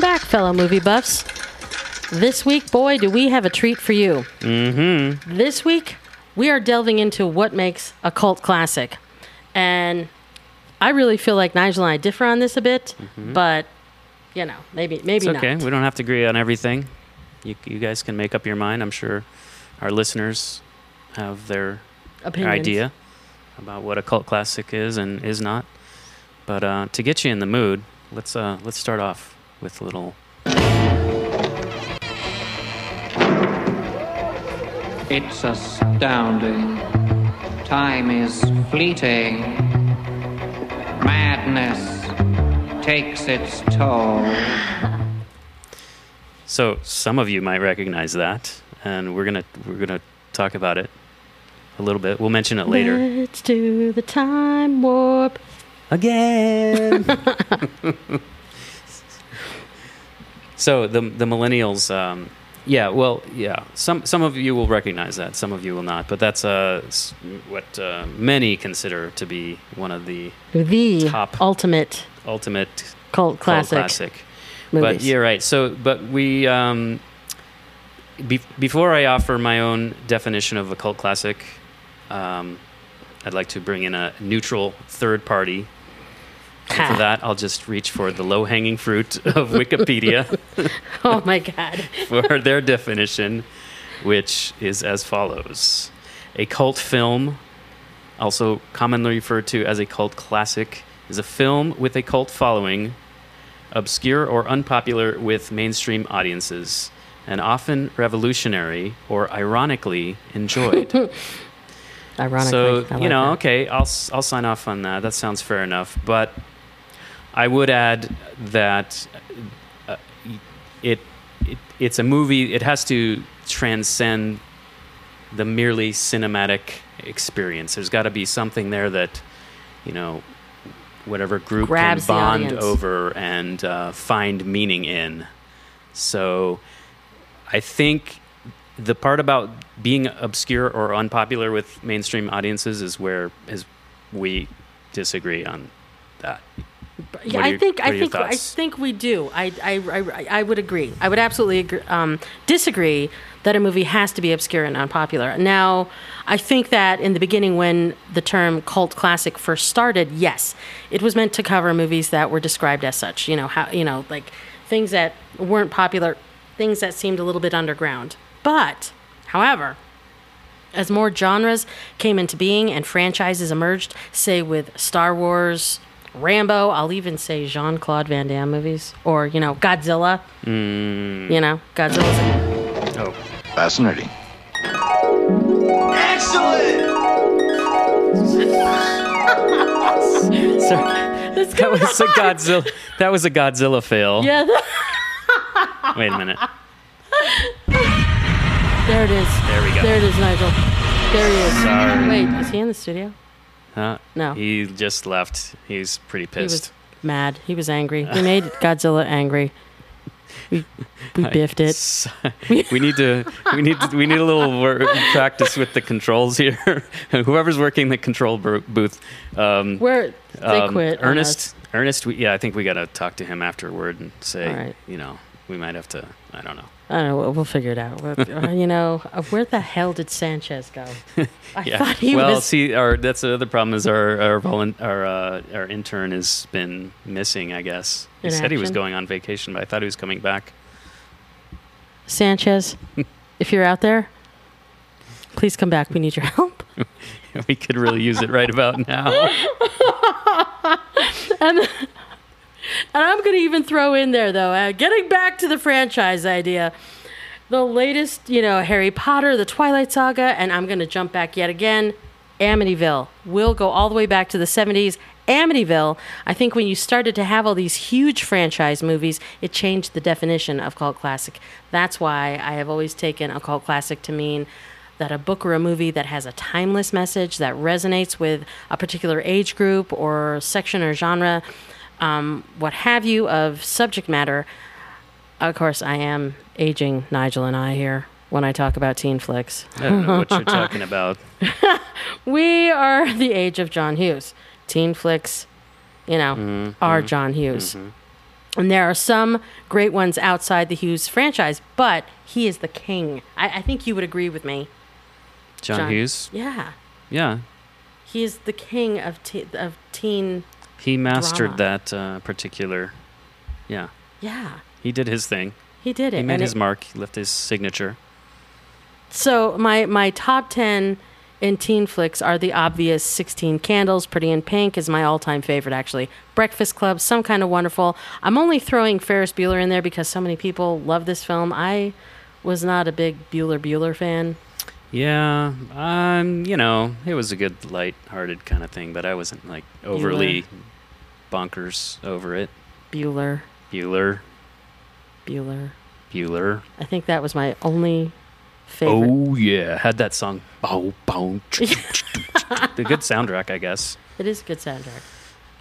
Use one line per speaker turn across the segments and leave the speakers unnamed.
back, fellow movie buffs. This week, boy, do we have a treat for you. Mm-hmm. This week, we are delving into what makes a cult classic. And I really feel like Nigel and I differ on this a bit, but, you know, maybe, maybe
It's okay.
not.
We don't have to agree on everything. You, you guys can make up your mind. I'm sure our listeners have their
Opinions.
idea about what a cult classic is and is not. But uh, to get you in the mood, let's uh, let's start off with a little.
It's astounding. Time is fleeting. Madness takes its toll.
So some of you might recognize that, and we're gonna we're gonna talk about it a little bit. We'll mention it later
Let's do the time warp.
again. so the the millennials, um, yeah, well, yeah. Some some of you will recognize that, some of you will not. But that's uh, s- what uh, many consider to be one of the
The
Top.
ultimate
ultimate
cult
cult
classic.
classic. But
movies.
you're right. So, but we um, be- before I offer my own definition of a cult classic, um, I'd like to bring in a neutral third party. And
Ha.
for that, I'll just reach for the low hanging fruit of Wikipedia
Oh my God.
for their definition, which is as follows A cult film, also commonly referred to as a cult classic, is a film with a cult following, obscure or unpopular with mainstream audiences, and often revolutionary or ironically enjoyed.
Ironically. I
So,
like
you know,
that.
okay, I'll, s- I'll sign off on that. That sounds fair enough. But I would add that uh, it, it it's a movie, it has to transcend the merely cinematic experience. There's got to be something there that, you know, whatever group
Grabs the
can bond
audience.
over and uh, find meaning in. So I think the part about being obscure or unpopular with mainstream audiences is where is we disagree on that.
Yeah,
What are
I
your-
think
what are
I
your
think I
thoughts?
think we do. I I, I, I would agree. I would absolutely agree, um, disagree that a movie has to be obscure and unpopular. Now, I think that in the beginning, when the term cult classic first started, yes, it was meant to cover movies that were described as such. You know how you know like things that weren't popular, things that seemed a little bit underground. But, however, as more genres came into being and franchises emerged, say with Star Wars, Rambo, I'll even say Jean Claude Van Damme movies, or, you know, Godzilla.
Mm.
You know, Godzilla's.
Oh,
Fascinating.
sorry.
That's
That was a Godzilla. That was a Godzilla fail.
Yeah,
Wait a minute.
there it is.
There we go.
There it is, Nigel. There he is.
Sorry.
Wait, is he in the studio?
Huh?
No.
Uh, He just left. He's pretty
He was
pissed.
mad. He was angry. We made Godzilla angry. We, we biffed it.
we need to. We need. To, we need a little work, practice with the controls here. Whoever's working the control bro- booth. Um,
Where they
Um,
quit. on us.
Ernest, Ernest, we, yeah, I think we got to talk to him afterward and say,
All right.
you know, we might have to, I don't know.
I don't know. We'll, we'll figure it out. We'll- uh, you know, uh, where the hell did Sanchez go? I
Yeah.
thought he
well,
was.
see, our that's the other problem is our our volun- our, uh, our intern has been missing. I guess he
In
said he was
action?
going on vacation, but I thought he was coming back.
Sanchez, if you're out there, please come back. We need your help.
we could really use it right about now.
And I'm going to even throw in there, though, uh, getting back to the franchise idea. The latest, you know, Harry Potter, The Twilight Saga, and I'm going to jump back yet again. Amityville. We'll go all the way back to the 70s. Amityville, I think when you started to have all these huge franchise movies, it changed the definition of cult classic. That's why I have always taken a cult classic to mean that a book or a movie that has a timeless message that resonates with a particular age group or section or genre, um, what have you, of subject matter. Of course, I am aging Nigel and I here when I talk about teen flicks.
I don't know what you're talking about.
We are the
Mm-hmm.
age of John Hughes. Teen flicks, you know, are John Hughes. And there are some great ones outside the Hughes franchise, but he is the king. I, I think you would agree with me.
John,
John.
Hughes.
Yeah.
Yeah,
He is the king of, te- of teen.
he mastered
Drama.
that uh, particular. Yeah,
Yeah.
he did his thing.
He did it.
He made
and
his
it-
mark. He left his signature.
So my my top ten in teen flicks are the obvious Sixteen Candles, Pretty in Pink is my all time favorite actually. Breakfast Club, Some Kind of Wonderful. I'm only throwing Ferris Bueller in there because so many people love this film. I was not a big Bueller Bueller fan.
Yeah, um, you know, it was a good light-hearted kind of thing, but I wasn't like overly bonkers over it.
Bueller,
Bueller,
Bueller.
Bueller.
I think that was my only favorite.
Oh yeah, had that song. Bow, bow, the good soundtrack, I guess.
It is a good soundtrack.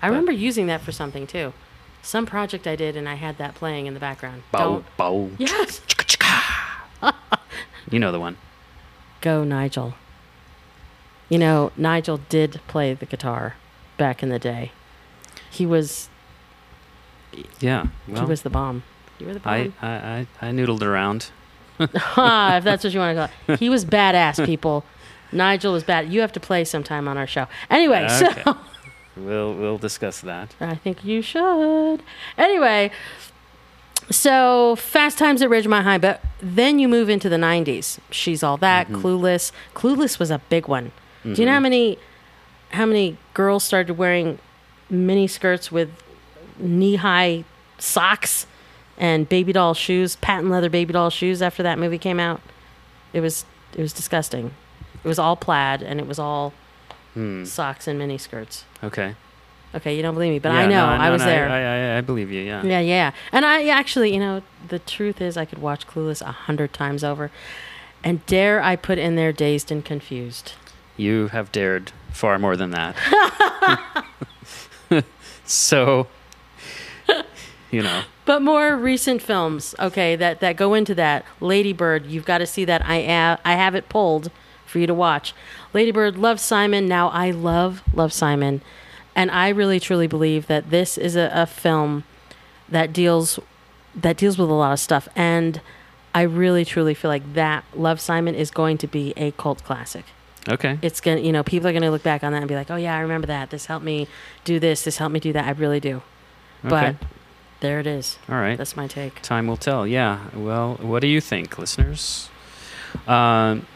I remember using that for something too. Some project I did and I had that playing in the background.
Bow,
Don't-
bow.
Yes.
You know the one.
Go, Nigel. You know, Nigel did play the guitar back in the day. He was
Yeah. Well,
he was the bomb. You were the
I,
bomb.
I, I, I noodled around.
Ah, if that's what you want to call it. He was badass, people. Nigel was bad. You have to play sometime on our show. Anyway,
Okay.
so
We'll we'll discuss that.
I think you should. Anyway, so Fast Times at Ridgemont High, but then you move into the 90s. She's All That,
Mm-hmm.
Clueless. Clueless was a big one. Do you know how many how many girls started wearing mini skirts with knee-high socks and baby doll shoes, patent leather baby doll shoes after that movie came out? It was it was disgusting. It was all plaid and it was all
Mm.
socks and mini skirts.
Hmm, Okay.
Okay, you don't believe me, but
Yeah,
I
no,
know. I
no,
was
no,
there.
I, I, I believe you. Yeah.
yeah, yeah. And I actually, you know, the truth is I could watch Clueless a hundred times over. And dare I put in there dazed and confused.
You have dared far more than that. so, you know,
But more recent films, okay, that, that go into that. Ladybird, you've got to see that. I, a- I have it pulled for you to watch. Ladybird, Love Simon. Now I love Love Simon. And I really truly believe that this is a, a film that deals that deals with a lot of stuff. And I really truly feel like that Love Simon is going to be a cult classic
okay.
it's gonna you know people are gonna look back on that and be like oh yeah i remember that this helped me do this this helped me do that i really do but
Okay.
there it is
All right.
that's my take
Time will tell. Yeah. Well, what do you think, listeners? Um,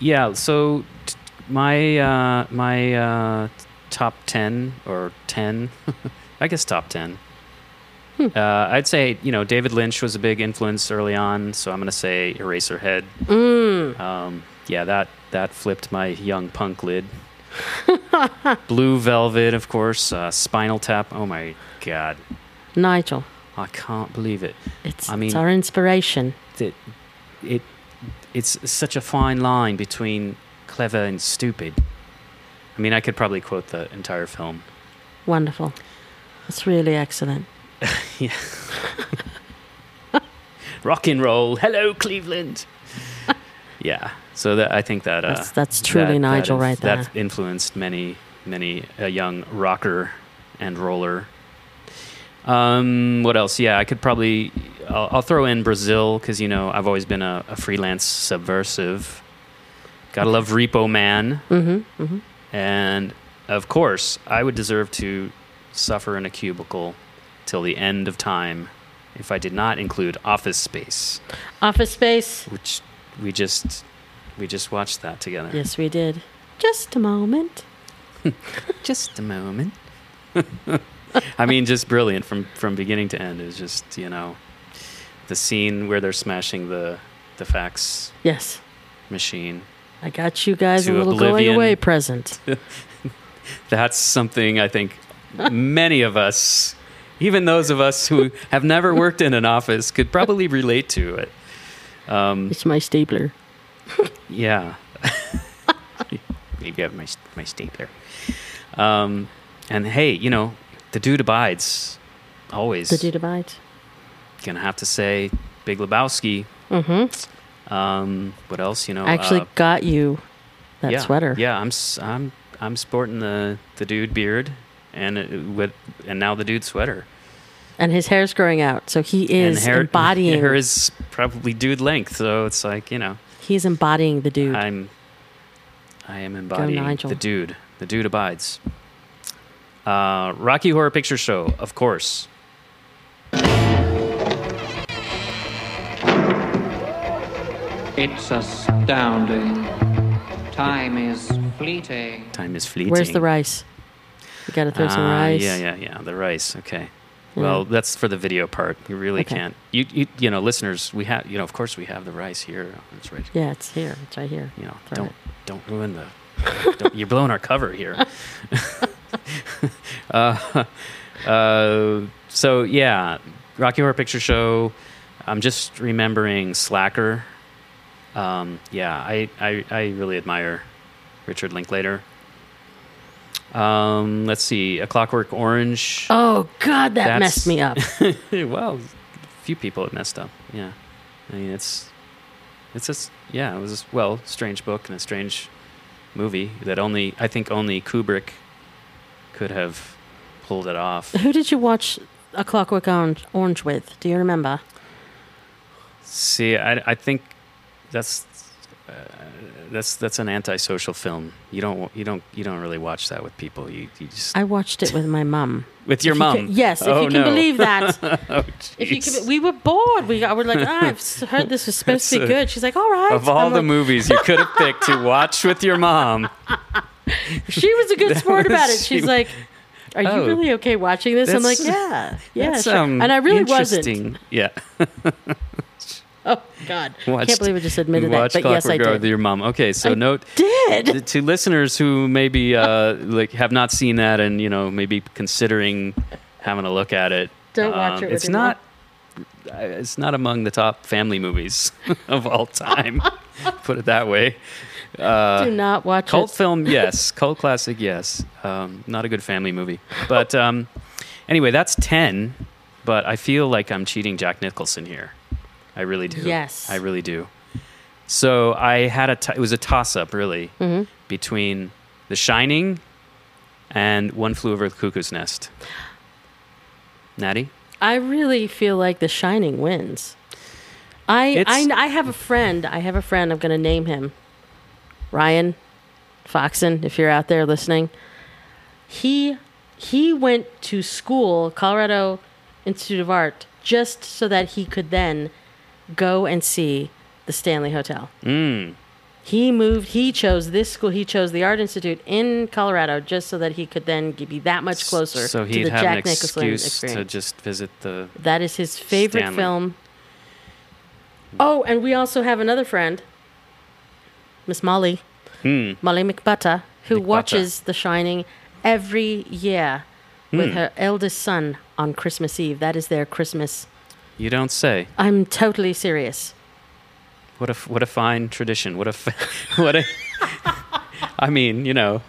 yeah. So, t- my uh, my uh, top ten or ten, I guess top ten. Uh, I'd say you know David Lynch was a big influence early on, so I'm gonna say Eraserhead. Um, yeah, that that flipped my young punk lid. Blue Velvet, of course. Uh, Spinal Tap. Oh my god,
nigel
I can't believe it
it's,
I mean-
it's our inspiration
that it it's such a fine line between clever and stupid. I mean, I could probably quote the entire film.
wonderful that's really excellent
Rock and roll, hello Cleveland. yeah, so that I think that uh,
That's- that's truly Nigel right there.
That influenced many many a young rocker and roller. Um, what else? Yeah, I could probably I'll, I'll throw in Brazil because you know I've always been a, a freelance subversive. Gotta love Repo Man.
mm-hmm, mm-hmm.
And of course, I would deserve to suffer in a cubicle till the end of time if I did not include Office Space,
office space
which we just we just watched that together.
yes we did just a moment
Just a moment. I mean, just brilliant from from beginning to end. It was just you know the scene where they're smashing the the fax
yes
machine.
i got you guys a
To
little
oblivion.
going away present
That's something I think many of us, even those of us who have never worked in an office, could probably relate to it. Mm.
it's my stapler
Yeah. Maybe I have my, my stapler. Um, and hey, you know, the dude abides. Always.
the dude abides
Gonna have to say Big Lebowski.
mm-hmm.
Um, what else? You know,
i actually
Oh, uh,
got you that
yeah,
sweater
Yeah, I'm s- I'm uh, I'm sporting the the dude beard and it, with and now the dude sweater.
and his hair's growing out, so he
and
is
hair,
embodying.
hair is probably dude length, so it's like you know,
he's embodying the dude.
I'm, I am embodying
Nigel.
the dude. The dude abides. Uh, Rocky Horror Picture Show, of course.
It's astounding. Time is fleeting.
Time is fleeting.
Where's the rice? You gotta throw some
Ah,
rice.
Yeah, yeah, yeah. The rice. Okay. Well, that's for the video part. You really
Okay.
can't. You, you, you know, listeners, we have. You know, of course, we have the rice here. It's right.
Yeah, it's here. It's right here.
You know,
Throw
don't
it.
don't ruin the. don't- you're blowing our cover here. uh, uh, so yeah, Rocky Horror Picture Show. I'm just remembering Slacker. Um, yeah, I, I I really admire Richard Linklater. Um, let's see, A Clockwork Orange.
Oh God, that messed
That's-
me up.
well, a few people have messed up. Yeah, I mean it's it's just yeah, it was a, well strange book and a strange movie that only I think only Kubrick could have pulled it off.
Who did you watch A Clockwork Orange, Orange with? Do you remember?
See, I, I think that's uh, that's that's an antisocial film. You don't wa- you don't you don't really watch that with people. You, you just
I watched it with my mum.
with your
If you
mom.
can- yes, if
Oh,
you can
no.
believe that.
Oh,
If you
jeez.
can, we were bored. We I were like, ah, I've s- heard this was supposed to be
That's a-
good. She's like, all right.
of all
I'm
the
like,
movies you could have picked to watch with your mom,
she was a good sport about it.
was-
She's like, are
Oh.
you really okay watching this? I'm like,
That's-
yeah, yeah.
That's,
sure."
um,
and I really
interesting.
wasn't.
Yeah.
Oh God, I
Watched-
can't believe I just admitted that.
watched
But yes, I
Clockwork Orange with
did.
your mom. Okay, so
I
note
Did
to listeners who maybe uh, like have not seen that and you know maybe considering having a look at it. um,
Don't watch it with
it's
your
not. uh, It's not among the top family movies of all time. Put it that way. Uh,
do not watch
Cult
it.
film, yes. Cult classic, yes. Um, not a good family movie. But um, anyway, that's 10, but I feel like I'm cheating Jack Nicholson here. I really do.
Yes.
I really do. So I had a, t- it was a toss up, really,
Mm-hmm.
between The Shining and One Flew Over the Cuckoo's Nest. Natty?
I really feel like The Shining wins. I, I
It's-
I have a friend. I have a friend. I'm going to name him Ryan Foxen. If you're out there listening, he he went to school, Colorado Institute of Art, just so that he could then go and see the Stanley Hotel.
Mm.
He moved. He chose this school. He chose the Art Institute in Colorado just so that he could then g- be that much closer
So
to
he'd
the
have
Jack
an
Nicholson
excuse
experience.
to just visit the.
That is his favorite
Stanley.
film. Oh, and we also have another friend, Miss Molly, Molly McButta, who
McButta.
watches The Shining every year with her eldest son on Christmas Eve. That is their Christmas.
You don't say.
I'm totally serious.
What a what a fine tradition. What a f- what a. I mean, you know.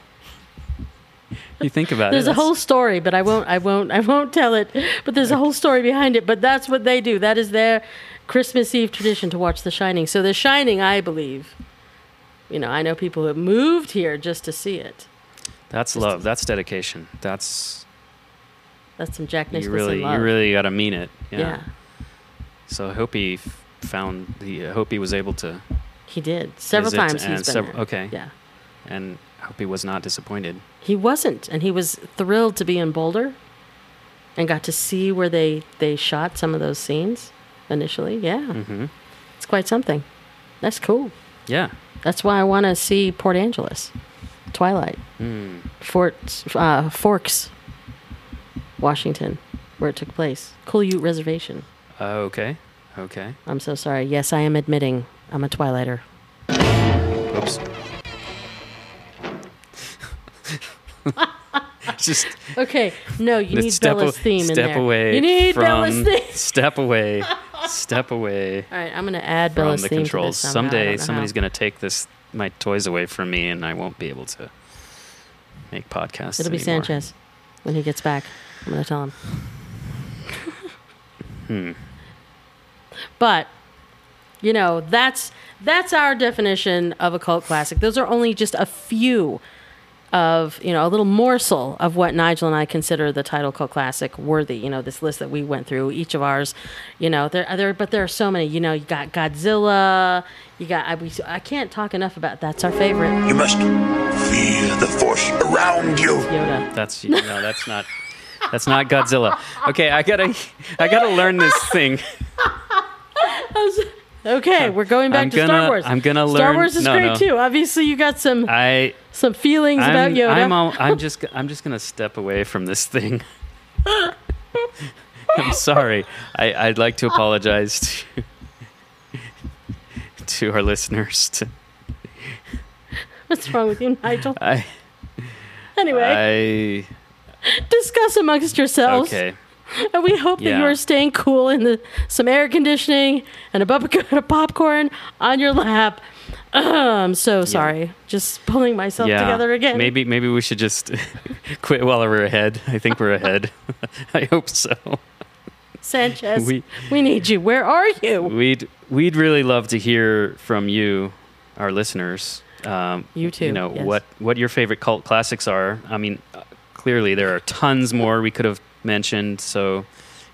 You think about
There's
it.
a whole story, but I won't. I won't. I won't tell it. But there's a whole story behind it. But that's what they do. That is their Christmas Eve tradition to watch The Shining. So The Shining, I believe. You know, I know people who have moved here just to see it.
That's love. That's dedication. That's
That's some Jack
you
Nicholson
really
love.
you really got to mean it. Yeah.
yeah.
So I hope he f- found the I hope he was able to
he did several
Visit
times. He's
and
been
several-
there.
okay.
yeah,
and I hope he was not disappointed.
he wasn't, and he was thrilled to be in Boulder, and got to see where they they shot some of those scenes initially. Yeah, mm-hmm. it's quite something. That's cool.
Yeah.
That's why I want to see Port Angeles, Twilight,
Hmm.
Fort uh, Forks, Washington, where it took place. Cool Ute Reservation.
Uh, okay. Okay.
I'm so sorry. Yes, I am admitting I'm a Twilighter.
Oops. Just
Okay, no, you need
step,
Bella's
a-
theme in
step
there.
away.
you need
from,
Bella's theme.
Step away. step away.
All right, I'm gonna add
from
Bella's
the
theme
controls.
To this somehow. I don't
Someday
know
somebody's
how.
going to take this my toys away from me and I won't be able to make podcasts.
It'll be
anymore.
Sanchez when he gets back. I'm gonna tell him.
Hmm.
But you know that's that's our definition of a cult classic. Those are only just a few of you know a little morsel of what Nigel and I consider the title cult classic worthy. You know this list that we went through, each of ours. You know there are there, but there are so many. You know you got Godzilla. You got I, we, I can't talk enough about that's our favorite
You must feel the force around you.
Yoda.
That's no, that's not. That's not Godzilla. Okay, I gotta, I gotta learn this thing.
Okay, we're going back
I'm
to
gonna-
Star Wars.
I'm gonna
Star
learn-
Wars is
no,
great
no.
too. Obviously you got some
I,
some feelings about
I'm,
Yoda.
I'm, all, I'm just, I'm just gonna step away from this thing. I'm sorry. I, I'd like to apologize to, to our listeners. To,
What's wrong with you, Nigel?
I,
Anyway,
I,
discuss amongst yourselves.
okay.
And we hope that
Yeah.
you are staying cool in the, some air conditioning and a bucket of popcorn on your lap. I'm so sorry. Just pulling myself
Yeah.
together again.
Maybe, maybe we should just quit while we're ahead. I think we're ahead. I hope so.
Sanchez, we,
we-
need you. Where are you?
We'd we'd really love to hear from you, our listeners. Um,
You too,
You know
yes.
what what your favorite cult classics are. I mean, uh, clearly there are tons more we could have mentioned. So,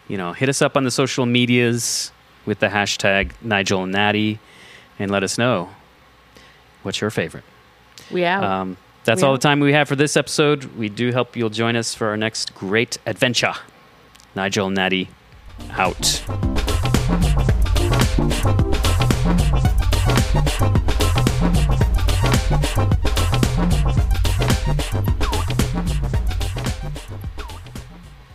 you know, hit us up on the social medias with the hashtag Nigel and Natty, and let us know what's your favorite.
We out.
Um, that's
We
all the
out.
time we have for this episode. We do hope you'll join us for our next great adventure. Nigel and Natty, out.